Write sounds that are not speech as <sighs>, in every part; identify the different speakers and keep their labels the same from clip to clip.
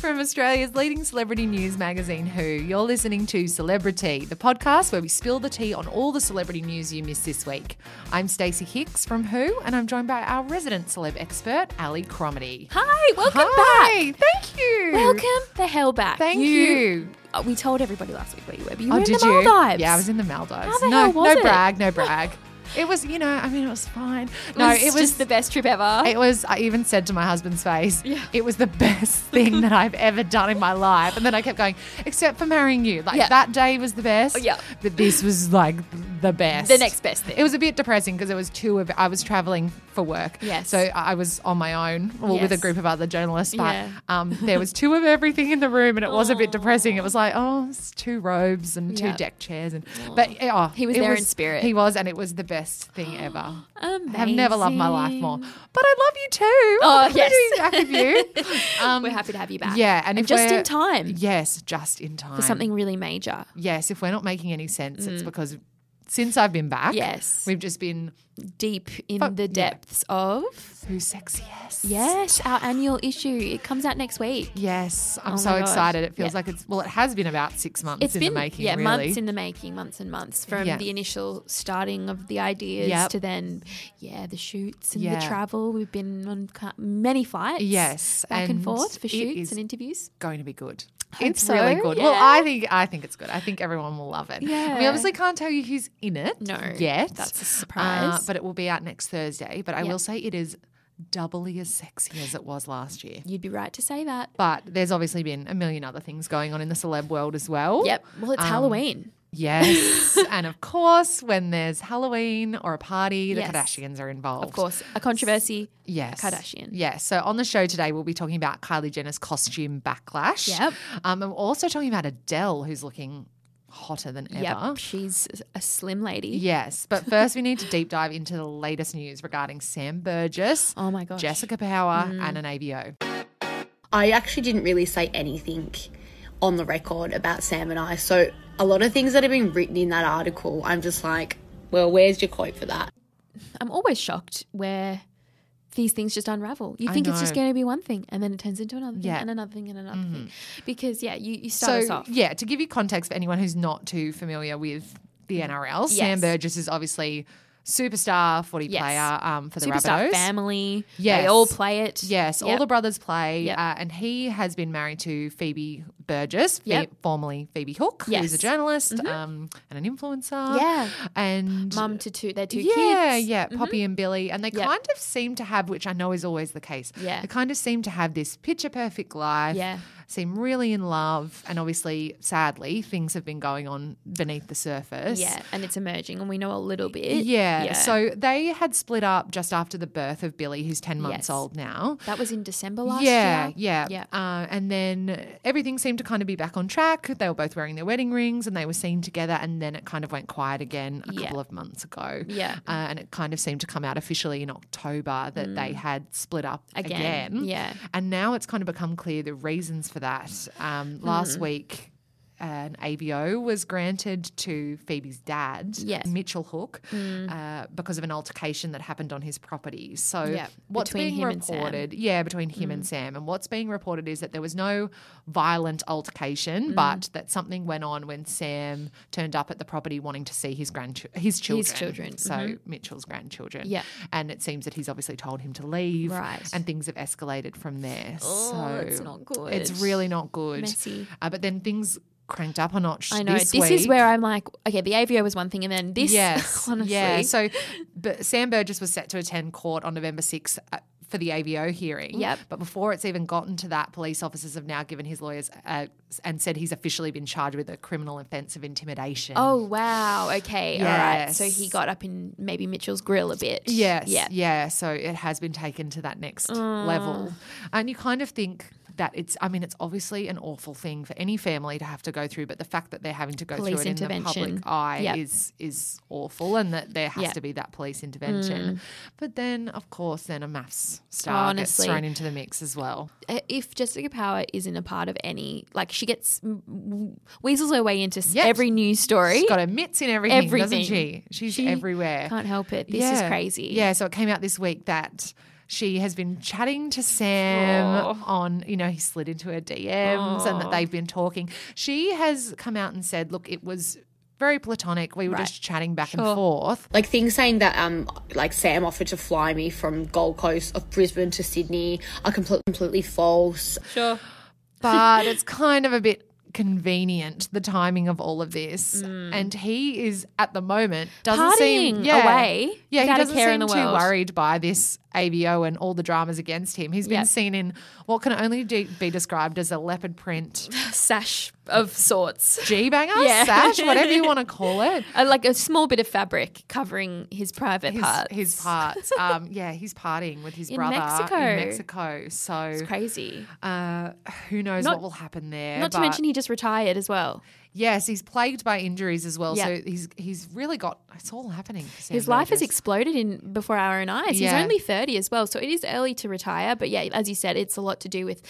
Speaker 1: From Australia's leading celebrity news magazine, Who, you're listening to Celebrity, the podcast where we spill the tea on all the celebrity news you missed this week. I'm Stacey Hicks from Who, and I'm joined by our resident celeb expert, Ali Cromedy.
Speaker 2: Hi, welcome
Speaker 1: Hi,
Speaker 2: back.
Speaker 1: thank you.
Speaker 2: Welcome the hell back.
Speaker 1: Thank you.
Speaker 2: Uh, We told everybody last week where you were, but you
Speaker 1: Oh,
Speaker 2: were in
Speaker 1: did
Speaker 2: the
Speaker 1: you?
Speaker 2: Maldives.
Speaker 1: Yeah, I was in the Maldives.
Speaker 2: How the
Speaker 1: no,
Speaker 2: hell was
Speaker 1: no
Speaker 2: it?
Speaker 1: brag, no brag. It was, you know, I mean, it was fine. no, it was
Speaker 2: just the best trip ever.
Speaker 1: It was, I even said to my husband's face, it was the
Speaker 2: <laughs>
Speaker 1: best thing that I've ever done in my life. And then I kept going, except for marrying you. Like
Speaker 2: Yeah. Oh,
Speaker 1: that day was the best.
Speaker 2: yeah.
Speaker 1: But this was like the best.
Speaker 2: The next best thing.
Speaker 1: It was a bit depressing because it was two of, I was traveling for work.
Speaker 2: Yes.
Speaker 1: So I was on my own well, with a
Speaker 2: Yes.
Speaker 1: group of other journalists, but
Speaker 2: Yeah.
Speaker 1: um, there was two of everything in the room and it was a bit depressing. It was like, oh, it's two robes and two
Speaker 2: Yeah.
Speaker 1: deck chairs. And, but oh,
Speaker 2: He was
Speaker 1: it
Speaker 2: there in spirit.
Speaker 1: He was, and it was the best thing ever.
Speaker 2: Amazing.
Speaker 1: I've never loved my life more. But I love you too. Oh,
Speaker 2: yes.
Speaker 1: back with
Speaker 2: <laughs>
Speaker 1: you. Um,
Speaker 2: we're happy to have you back.
Speaker 1: Yeah, and
Speaker 2: and,
Speaker 1: if
Speaker 2: just
Speaker 1: we're-
Speaker 2: in time
Speaker 1: Yes, just in time.
Speaker 2: for something really major.
Speaker 1: Yes, if we're not making any sense, it's because since I've been back,
Speaker 2: Yes.
Speaker 1: we've just been
Speaker 2: Deep in
Speaker 1: But-
Speaker 2: the
Speaker 1: yeah.
Speaker 2: depths of
Speaker 1: who's sexiest.
Speaker 2: yes, our annual issue. It comes out next week.
Speaker 1: Yes, I'm
Speaker 2: Oh
Speaker 1: so
Speaker 2: my gosh.
Speaker 1: excited. It feels
Speaker 2: Yeah.
Speaker 1: like it's well, it has been about six months
Speaker 2: It's
Speaker 1: in
Speaker 2: been
Speaker 1: the making,
Speaker 2: yeah
Speaker 1: really.
Speaker 2: months in the making, months and months from
Speaker 1: Yeah.
Speaker 2: the initial starting of the ideas
Speaker 1: Yep.
Speaker 2: to then yeah the shoots and
Speaker 1: Yeah.
Speaker 2: the travel. We've been on ca- many flights,
Speaker 1: Yes,
Speaker 2: back and,
Speaker 1: and
Speaker 2: forth for
Speaker 1: it
Speaker 2: shoots
Speaker 1: is-
Speaker 2: and interviews.
Speaker 1: going to be good.
Speaker 2: Hope
Speaker 1: it's really
Speaker 2: so,
Speaker 1: good. Well, I
Speaker 2: yeah.
Speaker 1: think I think it's good. I think everyone will love it. We
Speaker 2: Yeah.
Speaker 1: obviously can't tell you who's in it.
Speaker 2: No,
Speaker 1: yet uh,
Speaker 2: that's a surprise.
Speaker 1: but it will be out next Thursday. But I
Speaker 2: Yeah.
Speaker 1: will say it is doubly as sexy as it was last year.
Speaker 2: You'd be right to say that.
Speaker 1: But there's obviously been a million other things going on in the celeb world as well.
Speaker 2: Yep. Well, it's
Speaker 1: Um,
Speaker 2: Halloween. <laughs>
Speaker 1: Yes. and of course, when there's Halloween or a party, the
Speaker 2: Yes.
Speaker 1: Kardashians are involved.
Speaker 2: Of course, a controversy.
Speaker 1: Yes.
Speaker 2: Kardashian.
Speaker 1: Yes. So on the show today, we'll be talking about Kylie Jenner's costume backlash.
Speaker 2: Yep.
Speaker 1: Um, and we're also talking about Adele, who's looking hotter than ever.
Speaker 2: Yep, she's a slim lady.
Speaker 1: Yes. But first, we need to deep dive into the latest news regarding Sam Burgess,
Speaker 2: Oh my gosh. Mm.
Speaker 1: Jessica Power, and an ABO.
Speaker 3: I actually didn't really say anything on the record about Sam and I. So a lot of things that have been written in that article, I'm just like, well, where's your quote for that?
Speaker 2: I'm always shocked where these things just unravel. You
Speaker 1: I
Speaker 2: think it's just
Speaker 1: know.
Speaker 2: going to be one thing, and then it turns into another thing,
Speaker 1: Yeah. Mm-hmm.
Speaker 2: and another thing, and another thing. Because yeah, you, you
Speaker 1: so
Speaker 2: start us off.
Speaker 1: yeah, to give you context for anyone who's not too familiar with the NRL, Sam
Speaker 2: Yes.
Speaker 1: Burgess is obviously superstar footy
Speaker 2: Yes.
Speaker 1: player um, for the
Speaker 2: Superstar
Speaker 1: Rabbitohs.
Speaker 2: family.
Speaker 1: Yes.
Speaker 2: They all play it.
Speaker 1: Yes, all
Speaker 2: Yep.
Speaker 1: the brothers play,
Speaker 2: Yep.
Speaker 1: uh, and he has been married to Phoebe Burgess, Phoe-
Speaker 2: Yep.
Speaker 1: formerly Phoebe Hook, who's
Speaker 2: Yes. Mm-hmm.
Speaker 1: a journalist um, and an influencer.
Speaker 2: Yeah.
Speaker 1: and
Speaker 2: Mum to two, their two
Speaker 1: yeah,
Speaker 2: kids. Mm-hmm.
Speaker 1: yeah, Poppy and Billy, and they
Speaker 2: Yep.
Speaker 1: kind of seem to have, which I know is always the case.
Speaker 2: Yeah.
Speaker 1: they kind of seem to have this picture perfect life.
Speaker 2: Yeah.
Speaker 1: seem really in love, and obviously, sadly, things have been going on beneath the surface.
Speaker 2: Yeah, and it's emerging, and we know a little bit.
Speaker 1: Yeah. So they had split up just after the birth of Billy, who's 10 months
Speaker 2: Yes.
Speaker 1: old now.
Speaker 2: that was in December last
Speaker 1: yeah,
Speaker 2: year.
Speaker 1: Yeah,
Speaker 2: yeah.
Speaker 1: Uh, and then everything seemed to kind of be back on track. They were both wearing their wedding rings and they were seen together, and then it kind of went quiet again a
Speaker 2: Yeah.
Speaker 1: couple of months ago.
Speaker 2: Yeah.
Speaker 1: Uh, and it kind of seemed to come out officially in October that they had split up again.
Speaker 2: Mm. Again, yeah.
Speaker 1: And now it's kind of become clear the reasons for that.
Speaker 2: Mm-hmm.
Speaker 1: Um, last week, an ABO was granted to Phoebe's dad,
Speaker 2: Yes. Mm.
Speaker 1: Mitchell Hook, uh, because of an altercation that happened on his property. So
Speaker 2: Yep,
Speaker 1: what's
Speaker 2: between
Speaker 1: being
Speaker 2: him and Sam.
Speaker 1: reported yeah, between him
Speaker 2: Mm.
Speaker 1: and Sam. And what's being reported is that there was no violent
Speaker 2: Mm.
Speaker 1: altercation, but that something went on when Sam turned up at the property wanting to see his grand his children,
Speaker 2: children, Mm-hmm.
Speaker 1: so Mitchell's grandchildren.
Speaker 2: Yeah.
Speaker 1: and it seems that he's obviously told him to leave,
Speaker 2: Right.
Speaker 1: And things have escalated from there. so
Speaker 2: Oh, it's not good.
Speaker 1: It's really not good.
Speaker 2: Messy.
Speaker 1: Uh, but then things cranked up a notch.
Speaker 2: I know. This,
Speaker 1: This, week.
Speaker 2: is where I'm like, okay, the AVO was one thing, and then this. <laughs>
Speaker 1: Yes.
Speaker 2: honestly.
Speaker 1: Yeah. So but Sam Burgess was set to attend court on November 6th uh, for the AVO hearing.
Speaker 2: Yep.
Speaker 1: But before it's even gotten to that, police officers have now given his lawyers uh, and said he's officially been charged with a criminal offence of intimidation.
Speaker 2: Oh wow. Okay. All right. So
Speaker 1: Mm. Yes.
Speaker 2: he got up in maybe Mitchell's grill a bit.
Speaker 1: Yes.
Speaker 2: Yeah.
Speaker 1: Yeah. So it has been taken to that next level.
Speaker 2: Oh.
Speaker 1: And you kind of think that it's, I mean, it's obviously an awful thing for any family to have to go through, but the fact that they're having to go
Speaker 2: Police
Speaker 1: through it in the public
Speaker 2: intervention.
Speaker 1: eye
Speaker 2: Yep.
Speaker 1: is is awful and that there has
Speaker 2: Yeah.
Speaker 1: to be that police intervention.
Speaker 2: Mm.
Speaker 1: But then, of course, then a maths star gets
Speaker 2: Honestly.
Speaker 1: thrown into the mix as well.
Speaker 2: Uh, If Jessica Power isn't a part of any, like she gets mm, mm, weasels her way into s
Speaker 1: Yes.
Speaker 2: every news story.
Speaker 1: She's got her mitts in everything, doesn't
Speaker 2: Everything.
Speaker 1: she? She's
Speaker 2: She
Speaker 1: everywhere.
Speaker 2: can't help it. This is crazy.
Speaker 1: Yeah, so it came out this week that she has been chatting to Sam
Speaker 2: Oh.
Speaker 1: on, you know, he slid into her DMs and that they've been talking. She has come out and said, look, it was very platonic. We were just chatting back and forth.
Speaker 3: like things saying that um like Sam offered to fly me from Gold Coast of Brisbane to Sydney are completely completely false.
Speaker 2: Sure.
Speaker 1: But it's kind of a bit convenient the timing of all of this and he is at the moment doesn't seem
Speaker 2: Mm. Partying
Speaker 1: yeah.
Speaker 2: away
Speaker 1: yeah he
Speaker 2: without a
Speaker 1: doesn't
Speaker 2: care
Speaker 1: seem
Speaker 2: in the
Speaker 1: too
Speaker 2: world.
Speaker 1: worried by this ABO and all the dramas against him He's been
Speaker 2: Yep.
Speaker 1: seen in what can only de- be described as a leopard
Speaker 2: <laughs>
Speaker 1: print
Speaker 2: Sash of sorts.
Speaker 1: G banger,
Speaker 2: Yeah.
Speaker 1: sash, whatever you want to call
Speaker 2: <laughs>
Speaker 1: it.
Speaker 2: Uh, like a small bit of fabric covering his private
Speaker 1: His
Speaker 2: parts.
Speaker 1: his parts. Um, yeah, he's partying with his
Speaker 2: In
Speaker 1: brother in
Speaker 2: Mexico.
Speaker 1: Mexico. So
Speaker 2: It's crazy.
Speaker 1: uh, who knows
Speaker 2: Not-
Speaker 1: what will happen there?
Speaker 2: Not to
Speaker 1: but
Speaker 2: mention he just retired as well.
Speaker 1: yes, he's plagued by injuries as well.
Speaker 2: Yeah.
Speaker 1: So he's he's really got it's all happening. for Sam
Speaker 2: His life has
Speaker 1: Burgess.
Speaker 2: exploded in before our own eyes.
Speaker 1: Yeah.
Speaker 2: He's only 30 as well, so it is early to retire. But yeah, as you said, it's a lot to do with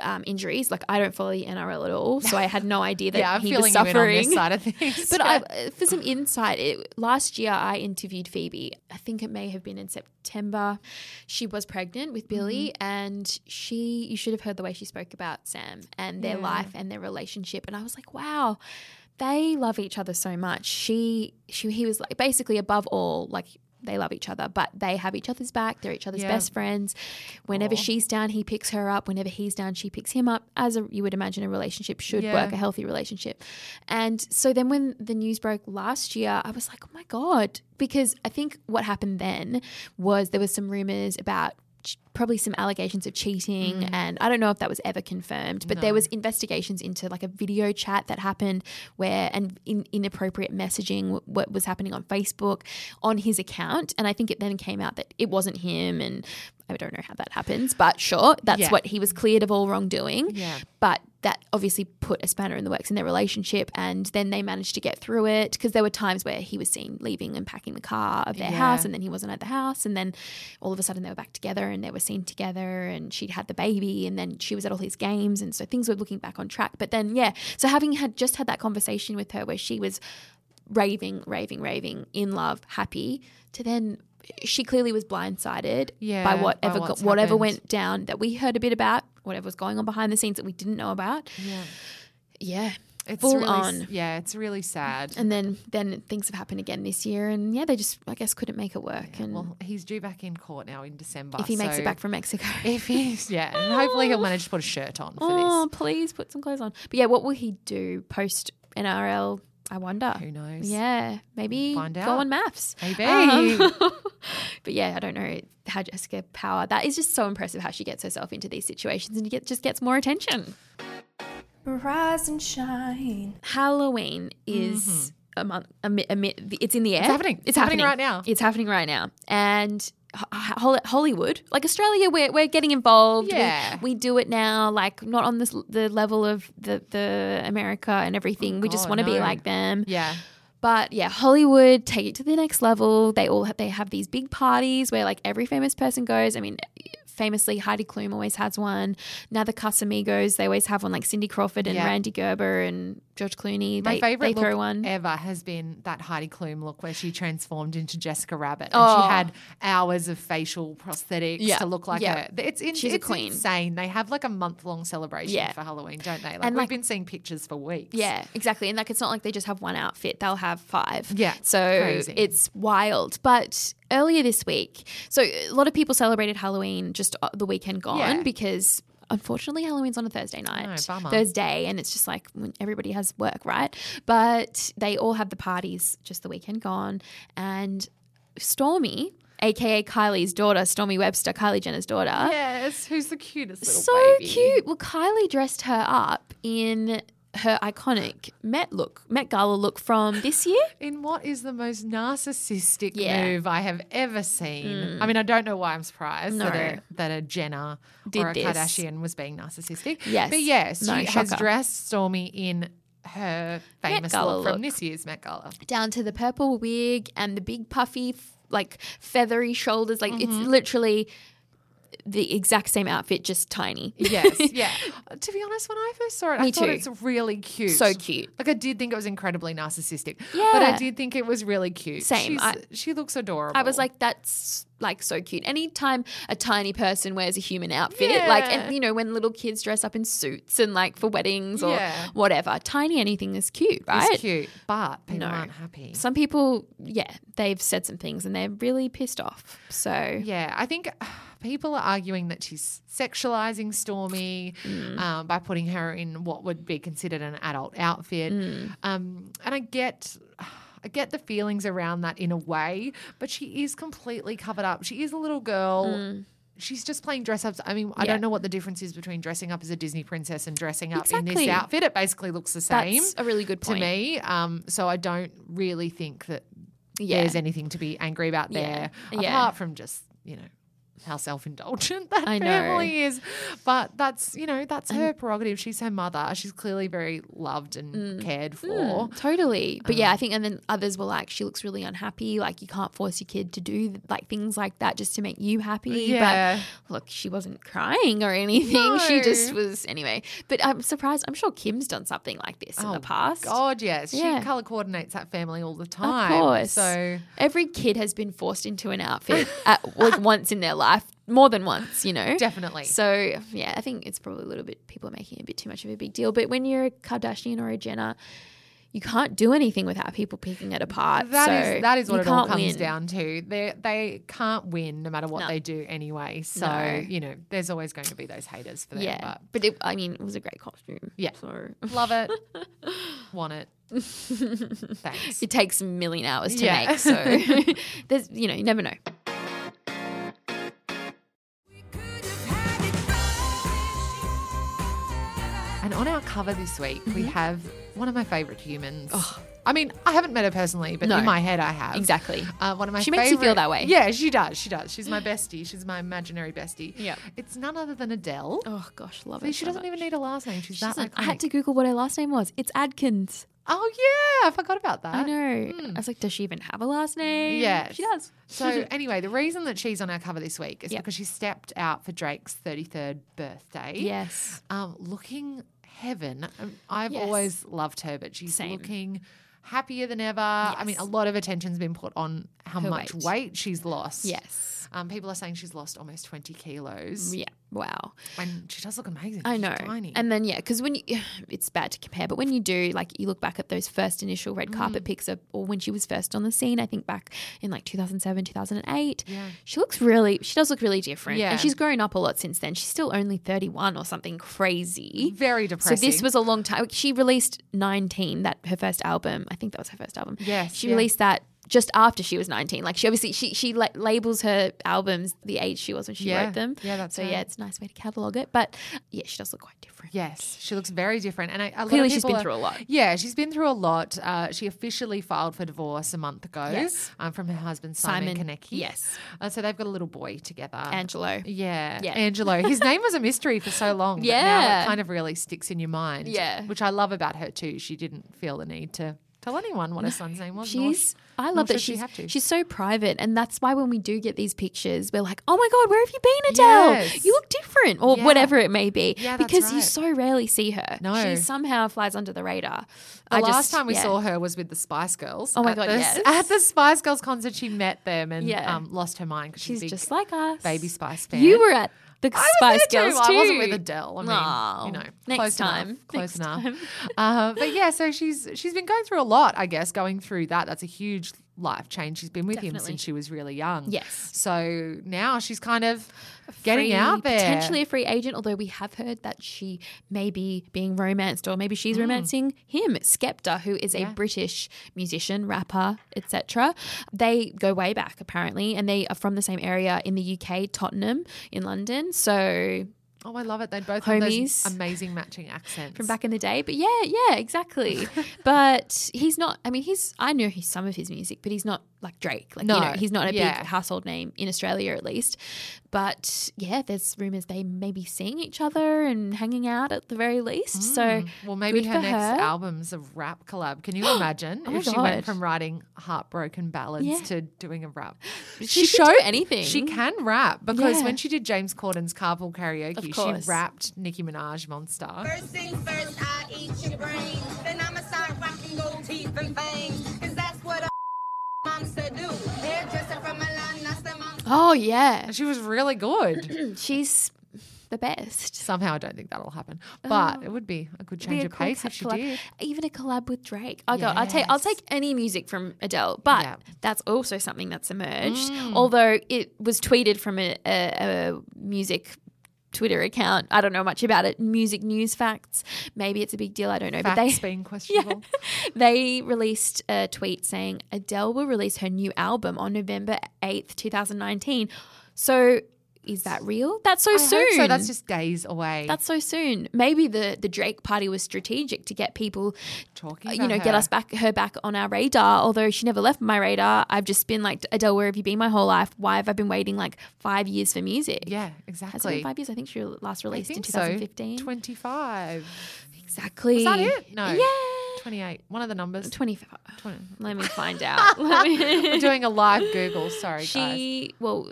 Speaker 2: um, injuries. Like I don't follow the NRL at
Speaker 1: <laughs>
Speaker 2: all, so I had no idea that
Speaker 1: yeah, I'm
Speaker 2: he
Speaker 1: feeling
Speaker 2: was
Speaker 1: you in on
Speaker 2: suffering.
Speaker 1: this side of things. <laughs>
Speaker 2: <laughs> But I, uh, for some insight, it, last year I interviewed Phoebe. I think it may have been in September. She was pregnant with Billy,
Speaker 1: Mm-hmm.
Speaker 2: and she you should have heard the way she spoke about Sam and their life and their relationship. And I was like, wow. They love each other so much. She, she, he was like basically above all, like they love each other, but they have each other's back. They're each other's
Speaker 1: Yeah.
Speaker 2: best friends. Whenever she's down, he picks her up. Whenever he's down, she picks him up. As a, you would imagine, a relationship should
Speaker 1: Yeah.
Speaker 2: work, a healthy relationship. And so then when the news broke last year, I was like, oh my God. Because I think what happened then was there was some rumors about ch- probably some allegations of cheating and i don't know if that was ever confirmed but there was investigations into like a video chat that happened where and in, inappropriate messaging w- what was happening on facebook on his account and i think it then came out that it wasn't him and i don't know how that happens but sure that's
Speaker 1: Yeah.
Speaker 2: what he was cleared of all wrongdoing
Speaker 1: Yeah.
Speaker 2: but that obviously put a spanner in the works in their relationship and then they managed to get through it because there were times where he was seen leaving and packing the car of their
Speaker 1: Yeah.
Speaker 2: house and then he wasn't at the house and then all of a sudden they were back together and they were seen together and she'd had the baby and then she was at all his games and so things were looking back on track but then yeah so having had just had that conversation with her where she was raving raving raving in love happy to then she clearly was blindsided
Speaker 1: Yeah,
Speaker 2: by
Speaker 1: by
Speaker 2: whatever go-
Speaker 1: what's
Speaker 2: whatever
Speaker 1: happened.
Speaker 2: went down that we heard a bit about whatever was going on behind the scenes that we didn't know about
Speaker 1: yeah,
Speaker 2: yeah
Speaker 1: it's
Speaker 2: full
Speaker 1: really, s-
Speaker 2: on
Speaker 1: Yeah, it's really sad.
Speaker 2: and then then things have happened again this year and yeah they just i guess couldn't make it work and
Speaker 1: well, he's due back in court now in December.
Speaker 2: if he makes
Speaker 1: so
Speaker 2: it back from mexico
Speaker 1: <laughs> if he's yeah, and hopefully he'll manage to put a shirt on for this.
Speaker 2: oh please put some clothes on but yeah what will he do post nrl i wonder
Speaker 1: Who knows?
Speaker 2: yeah maybe
Speaker 1: Find
Speaker 2: go
Speaker 1: out.
Speaker 2: on maths Um,
Speaker 1: Maybe.
Speaker 2: <laughs> but yeah i don't know how jessica power that is just so impressive how she gets herself into these situations and get, just gets more attention
Speaker 4: Rise and shine.
Speaker 2: Halloween is a month. A, mi- a, mi- it's in the air. It's
Speaker 1: happening. Mm-hmm. It's happening right now.
Speaker 2: It's happening right now. And ho- ho- Hollywood, like Australia, we're, we're getting involved. We-
Speaker 1: Yeah.
Speaker 2: we, do it now. Like not on this the level of the the America and everything. we just
Speaker 1: God,
Speaker 2: want to be
Speaker 1: no.
Speaker 2: like them.
Speaker 1: yeah.
Speaker 2: But yeah, Hollywood take it to the next level. They all ha- they have these big parties where like every famous person goes. I mean, famously Heidi Klum always has one. Now the Casamigos they always have one. Like Cindy Crawford and
Speaker 1: Yeah.
Speaker 2: Randy Gerber and George Clooney.
Speaker 1: My
Speaker 2: they,
Speaker 1: favorite
Speaker 2: they throw
Speaker 1: look
Speaker 2: one.
Speaker 1: ever has been that Heidi Klum look where she transformed into Jessica Rabbit, and
Speaker 2: Oh.
Speaker 1: she had hours of facial prosthetics
Speaker 2: Yeah,
Speaker 1: to look like
Speaker 2: yeah.
Speaker 1: her. It's in,
Speaker 2: She's a
Speaker 1: it's
Speaker 2: queen.
Speaker 1: insane. They have like a month long celebration
Speaker 2: Yeah.
Speaker 1: for Halloween, don't they? Like
Speaker 2: And,
Speaker 1: we've
Speaker 2: like-
Speaker 1: been seeing pictures for weeks.
Speaker 2: Yeah, exactly. And like, it's not like they just have one outfit; they'll have five.
Speaker 1: Yeah,
Speaker 2: so
Speaker 1: crazy.
Speaker 2: it's wild. But earlier this week, so a lot of people celebrated Halloween just uh, the weekend gone
Speaker 1: Yeah.
Speaker 2: because. Unfortunately, Halloween's on a Thursday night,
Speaker 1: bummer.
Speaker 2: Thursday, and it's just like when everybody has work, right? But they all have the parties just the weekend gone, and Stormy aka Kylie's daughter, Stormy Webster, Kylie Jenner's daughter.
Speaker 1: Yes, who's the cutest little
Speaker 2: so
Speaker 1: baby.
Speaker 2: cute. Well, Kylie dressed her up in her iconic Met look, Met Gala look from this year.
Speaker 1: In what is the most narcissistic
Speaker 2: Yeah. Mm.
Speaker 1: move I have ever seen? I mean, I don't know why I'm surprised that, a,
Speaker 2: No.
Speaker 1: that a Jenner
Speaker 2: Did
Speaker 1: or a
Speaker 2: this.
Speaker 1: Kardashian was being narcissistic.
Speaker 2: Yes.
Speaker 1: But yes,
Speaker 2: No,
Speaker 1: she has
Speaker 2: shocker.
Speaker 1: dressed Stormy in her famous
Speaker 2: Gala
Speaker 1: look from
Speaker 2: look.
Speaker 1: this year's Met
Speaker 2: <laughs>
Speaker 1: Gala.
Speaker 2: down to the purple wig and the big puffy f- like feathery shoulders like it's literally the exact same outfit just tiny
Speaker 1: Yes, yeah. to be honest, when I first saw it, I
Speaker 2: Me
Speaker 1: thought
Speaker 2: too.
Speaker 1: it's really cute.
Speaker 2: So cute.
Speaker 1: Like I did think it was incredibly narcissistic. But I
Speaker 2: Yeah.
Speaker 1: did think it was really cute.
Speaker 2: Same.
Speaker 1: She's-
Speaker 2: I-
Speaker 1: she looks adorable.
Speaker 2: <laughs> i was like that's like so cute anytime a tiny person wears a human outfit like
Speaker 1: Yeah.
Speaker 2: and you know when little kids dress up in suits and like for weddings or
Speaker 1: Yeah.
Speaker 2: whatever tiny anything is cute right
Speaker 1: it's cute, but people
Speaker 2: No.
Speaker 1: aren't happy.
Speaker 2: some people yeah they've said some things and they're really pissed off so
Speaker 1: Yeah, I think <sighs> people are arguing that she's sexualizing Stormy
Speaker 2: Mm.
Speaker 1: um, by putting her in what would be considered an adult outfit,
Speaker 2: Mm.
Speaker 1: um, and I get. <sighs> I get the feelings around that in a way, but she is completely covered up. She is a little girl. She's just playing dress ups. I mean, I
Speaker 2: Mm. Yeah.
Speaker 1: don't know what the difference is between dressing up as a Disney princess and dressing up in this
Speaker 2: Exactly.
Speaker 1: outfit. It basically looks the same
Speaker 2: that's a really good
Speaker 1: to
Speaker 2: point
Speaker 1: me. Um, so I don't really think that
Speaker 2: yeah
Speaker 1: there's anything to be angry about there,
Speaker 2: Yeah. Yeah.
Speaker 1: apart from just you know how self-indulgent <laughs> that
Speaker 2: I know.
Speaker 1: family is. But that's you know that's her prerogative. She's her mother. She's clearly very loved and cared for.
Speaker 2: Mm, totally. But
Speaker 1: Um,
Speaker 2: yeah, I think, and then others were like, she looks really unhappy. Like, you can't force your kid to do like things like that just to make you happy.
Speaker 1: Yeah.
Speaker 2: But look, she wasn't crying or anything. She just
Speaker 1: No.
Speaker 2: was, anyway. But I'm surprised. I'm sure Kim's done something like this in the past.
Speaker 1: Oh, God, yes,
Speaker 2: Yeah.
Speaker 1: she color coordinates that family all the
Speaker 2: Of
Speaker 1: time.
Speaker 2: course.
Speaker 1: So
Speaker 2: every kid has been forced into an outfit
Speaker 1: <laughs>
Speaker 2: at like once in their life, more than once, you know.
Speaker 1: definitely.
Speaker 2: So yeah, I think it's probably a little bit people are making a bit too much of a big deal. But when you're a Kardashian or a Jenner, you can't do anything without people picking it apart.
Speaker 1: That is
Speaker 2: so
Speaker 1: that is what
Speaker 2: you
Speaker 1: it all
Speaker 2: can't
Speaker 1: comes
Speaker 2: win.
Speaker 1: down to. They they can't win no matter what
Speaker 2: No.
Speaker 1: they do anyway. So
Speaker 2: No.
Speaker 1: you know, there's always going to be those haters for them.
Speaker 2: Yeah,
Speaker 1: But
Speaker 2: but it, I mean, it was a great costume.
Speaker 1: Yeah.
Speaker 2: so
Speaker 1: Love
Speaker 2: <laughs>
Speaker 1: it. Want it. Thanks.
Speaker 2: it takes a million hours to
Speaker 1: Yeah. <laughs>
Speaker 2: make. So <laughs> there's, you know, you never know.
Speaker 1: And on our cover this week, we
Speaker 2: Mm-hmm.
Speaker 1: have one of my favourite humans. I mean, I haven't met her personally, but
Speaker 2: No.
Speaker 1: in my head, I have.
Speaker 2: Exactly.
Speaker 1: Uh, one of my
Speaker 2: She makes you feel
Speaker 1: favourite-
Speaker 2: that way.
Speaker 1: Yeah, she does. She does. She's
Speaker 2: <gasps>
Speaker 1: my bestie. She's my imaginary bestie.
Speaker 2: Yeah.
Speaker 1: It's none other than Adele.
Speaker 2: Oh gosh, love
Speaker 1: See,
Speaker 2: it.
Speaker 1: she
Speaker 2: so
Speaker 1: doesn't
Speaker 2: much.
Speaker 1: even need a last name. She's
Speaker 2: She
Speaker 1: that
Speaker 2: doesn't.
Speaker 1: iconic.
Speaker 2: I had to Google what her last name was. It's Adkins.
Speaker 1: Oh yeah, I forgot about that. Hmm.
Speaker 2: I know. I was like, does she even have a last name?
Speaker 1: Yes.
Speaker 2: she does.
Speaker 1: So anyway, the reason that she's on our cover this week is
Speaker 2: Yeah.
Speaker 1: because she stepped out for Drake's 33rd birthday.
Speaker 2: Yes.
Speaker 1: um, looking heaven. Um, I've
Speaker 2: Yes.
Speaker 1: always loved her, but she's
Speaker 2: Same.
Speaker 1: looking happier than ever. I mean, a
Speaker 2: Yes.
Speaker 1: lot of attention's been put on how
Speaker 2: Her
Speaker 1: much
Speaker 2: weight.
Speaker 1: weight. she's lost.
Speaker 2: Yes.
Speaker 1: Um, people are saying she's lost almost 20 kilos.
Speaker 2: Yeah. Wow.
Speaker 1: And she does look amazing.
Speaker 2: I
Speaker 1: She's
Speaker 2: know.
Speaker 1: Tiny.
Speaker 2: And then yeah, because when you, <sighs> it's bad to compare, but when you do, like you look back at those first initial
Speaker 1: Mm.
Speaker 2: red carpet pics of, or when she was first on the scene, I think back in like 2007, 2008, yeah. she looks really, she does look really different.
Speaker 1: Yeah.
Speaker 2: And she's grown up a lot since then. She's still only 31 or something crazy.
Speaker 1: Very
Speaker 2: So
Speaker 1: depressing.
Speaker 2: this was a long time. She released 19, that her first album. I think that was her first album.
Speaker 1: Yes,
Speaker 2: She
Speaker 1: yeah.
Speaker 2: released that just after she was 19. Like she obviously she she la- labels her albums the age she was when she
Speaker 1: Yeah.
Speaker 2: wrote them.
Speaker 1: Yeah, that's
Speaker 2: So
Speaker 1: right.
Speaker 2: yeah, it's a nice way to catalog it, but yeah, she does look quite different.
Speaker 1: Yes, she looks very different, and I, a lot
Speaker 2: Clearly
Speaker 1: of
Speaker 2: she's
Speaker 1: people
Speaker 2: been
Speaker 1: are-
Speaker 2: through a lot.
Speaker 1: Yeah, she's been through a lot. Uh, she officially filed for divorce a month ago
Speaker 2: Yes.
Speaker 1: um, from her husband Simon,
Speaker 2: Simon,
Speaker 1: Konecki.
Speaker 2: yes.
Speaker 1: uh, so they've got a little boy together,
Speaker 2: Angelo.
Speaker 1: Yeah.
Speaker 2: Yeah.
Speaker 1: Angelo. His name was a mystery for so long. But now
Speaker 2: Yeah.
Speaker 1: it kind of really sticks in your mind.
Speaker 2: Yeah.
Speaker 1: Which I love about her too. She didn't feel the need to tell anyone what her son's name was. nor
Speaker 2: She's
Speaker 1: sh-
Speaker 2: I
Speaker 1: nor
Speaker 2: love
Speaker 1: should
Speaker 2: that
Speaker 1: she
Speaker 2: she's
Speaker 1: have to.
Speaker 2: she's so private and that's why when we do get these pictures we're like, "Oh my god, where have you been, Adele?
Speaker 1: Yes.
Speaker 2: You look different." Or
Speaker 1: Yeah.
Speaker 2: whatever it may be
Speaker 1: Yeah, that's
Speaker 2: because you
Speaker 1: right.
Speaker 2: so rarely see her.
Speaker 1: No.
Speaker 2: She somehow flies under the radar.
Speaker 1: the last time we saw her was with the Spice Girls.
Speaker 2: Oh my
Speaker 1: at
Speaker 2: God,
Speaker 1: the,
Speaker 2: yes.
Speaker 1: At the Spice Girls concert, she met them and
Speaker 2: Yeah.
Speaker 1: um, lost her mind because
Speaker 2: she's
Speaker 1: a big
Speaker 2: just like us.
Speaker 1: Baby Spice fan.
Speaker 2: You were at the
Speaker 1: I was
Speaker 2: Spice
Speaker 1: there
Speaker 2: Girls
Speaker 1: Well,
Speaker 2: too.
Speaker 1: I wasn't with Adele. I
Speaker 2: Aw.
Speaker 1: mean, you know,
Speaker 2: next
Speaker 1: close
Speaker 2: time,
Speaker 1: enough, close <laughs>
Speaker 2: next
Speaker 1: enough.
Speaker 2: time.
Speaker 1: Uh, but yeah, so she's she's been going through a lot. I guess going through that that's a huge life change. She's been with him
Speaker 2: Definitely.
Speaker 1: since she was really young.
Speaker 2: Yes.
Speaker 1: So now she's kind of getting
Speaker 2: free-
Speaker 1: out there.
Speaker 2: Potentially a free agent, although we have heard that she may be being romanced or maybe
Speaker 1: Mm.
Speaker 2: she's romancing him. Skepta, who is a British musician, rapper, etc. They go way back apparently, and they are from the same area in the UK, Tottenham in London. So
Speaker 1: Oh, I love it. They both have those
Speaker 2: Homies.
Speaker 1: amazing matching accents.
Speaker 2: from back in the day. But yeah, yeah, exactly.
Speaker 1: <laughs>
Speaker 2: but he's not. I mean, he's. I know he's some of his music, but he's not like Drake. Like
Speaker 1: No,
Speaker 2: you know, he's not a
Speaker 1: yeah.
Speaker 2: big household name in Australia, at least. But yeah, there's rumors they may be seeing each other and hanging out at the very least. So
Speaker 1: Mm, Well, maybe
Speaker 2: good
Speaker 1: her
Speaker 2: for
Speaker 1: next album's a rap collab.
Speaker 2: <gasps>
Speaker 1: Can you imagine
Speaker 2: Oh my
Speaker 1: if she went
Speaker 2: God.
Speaker 1: from writing heartbroken ballads
Speaker 2: Yeah.
Speaker 1: to doing a rap?
Speaker 2: She, could show anything.
Speaker 1: She can rap because
Speaker 2: Yeah.
Speaker 1: when she did James Corden's Carpool Karaoke,
Speaker 2: Of
Speaker 1: she
Speaker 2: course.
Speaker 1: rapped Nicki Minaj Monster.
Speaker 5: First thing first, I eat your brain. Then I'ma start rocking gold teeth and fangs. Cause that's what a monster do. Hairdresser from Milan, that's the monster.
Speaker 2: Oh yeah,
Speaker 1: And she was really
Speaker 2: <clears throat>
Speaker 1: good.
Speaker 2: she's the best.
Speaker 1: Somehow, I don't think that'll happen, but it would be a good change
Speaker 2: Oh. Be a
Speaker 1: of
Speaker 2: cool
Speaker 1: pace
Speaker 2: co-
Speaker 1: if she
Speaker 2: collab.
Speaker 1: did.
Speaker 2: Even a collab with Drake. I go. I'll take. I'll take any music from Adele, but
Speaker 1: Yeah. Mm.
Speaker 2: that's also something that's emerged. Although it was tweeted from a, a, a music. Twitter account. I don't know much about it. Music news facts. Maybe it's a big deal. I don't know.
Speaker 1: Facts
Speaker 2: but they <laughs>
Speaker 1: being questionable.
Speaker 2: they released a tweet saying Adele will release her new album on November eighth, two thousand nineteen. So is that real? That's so
Speaker 1: Oh, I
Speaker 2: soon.
Speaker 1: hope so that's just days away.
Speaker 2: That's so soon. Maybe the the Drake party was strategic to get people,
Speaker 1: talking.
Speaker 2: uh, you
Speaker 1: about
Speaker 2: know,
Speaker 1: her.
Speaker 2: get us back her back on our radar. Although she never left my radar. I've just been like Adele, where have you been my whole life? Why have I been waiting like five years for music?
Speaker 1: Yeah,
Speaker 2: Has it been
Speaker 1: exactly.
Speaker 2: five years? I think she last
Speaker 1: I
Speaker 2: released in
Speaker 1: think so.
Speaker 2: 2015.
Speaker 1: Twenty-five.
Speaker 2: exactly.
Speaker 1: Is that it? No.
Speaker 2: Yeah.
Speaker 1: Twenty-eight. One of the numbers.
Speaker 2: 25.
Speaker 1: 20.
Speaker 2: Let
Speaker 1: <laughs>
Speaker 2: me find out. Let me- <laughs>
Speaker 1: We're doing a live Google. Sorry, guys.
Speaker 2: she, well,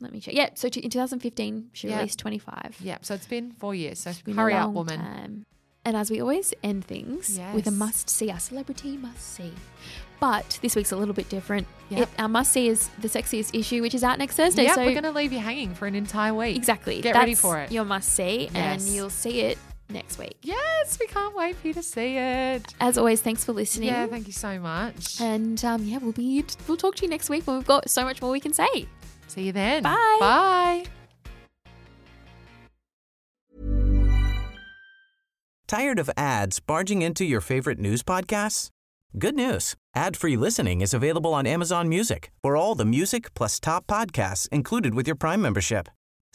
Speaker 2: let me check. Yeah. So t- in 2015, she
Speaker 1: Yeah.
Speaker 2: released 25.
Speaker 1: Yeah, so it's been four years. So
Speaker 2: been a
Speaker 1: hurry up,
Speaker 2: long
Speaker 1: woman.
Speaker 2: time. And as we always end things with a
Speaker 1: Yes.
Speaker 2: must see, our celebrity must see. But this week's a little bit different.
Speaker 1: Yep.
Speaker 2: It- our must see is the sexiest issue, which is out next Thursday.
Speaker 1: Yeah,
Speaker 2: so
Speaker 1: we're going to leave you hanging for an entire week.
Speaker 2: exactly
Speaker 1: Get
Speaker 2: that's
Speaker 1: ready for it.
Speaker 2: Your must see,
Speaker 1: Yes.
Speaker 2: and you'll see it next week.
Speaker 1: yes, we can't wait for you to see it.
Speaker 2: As always, thanks for listening.
Speaker 1: Yeah, thank you so much.
Speaker 2: and um, yeah, we'll be we'll talk to you next week when we've got so much more we can say.
Speaker 1: See you then.
Speaker 2: Bye.
Speaker 1: Bye.
Speaker 6: Tired of ads barging into your favorite news podcasts? Good news. Ad-free listening is available on Amazon Music. For all the music plus top podcasts included with your Prime membership.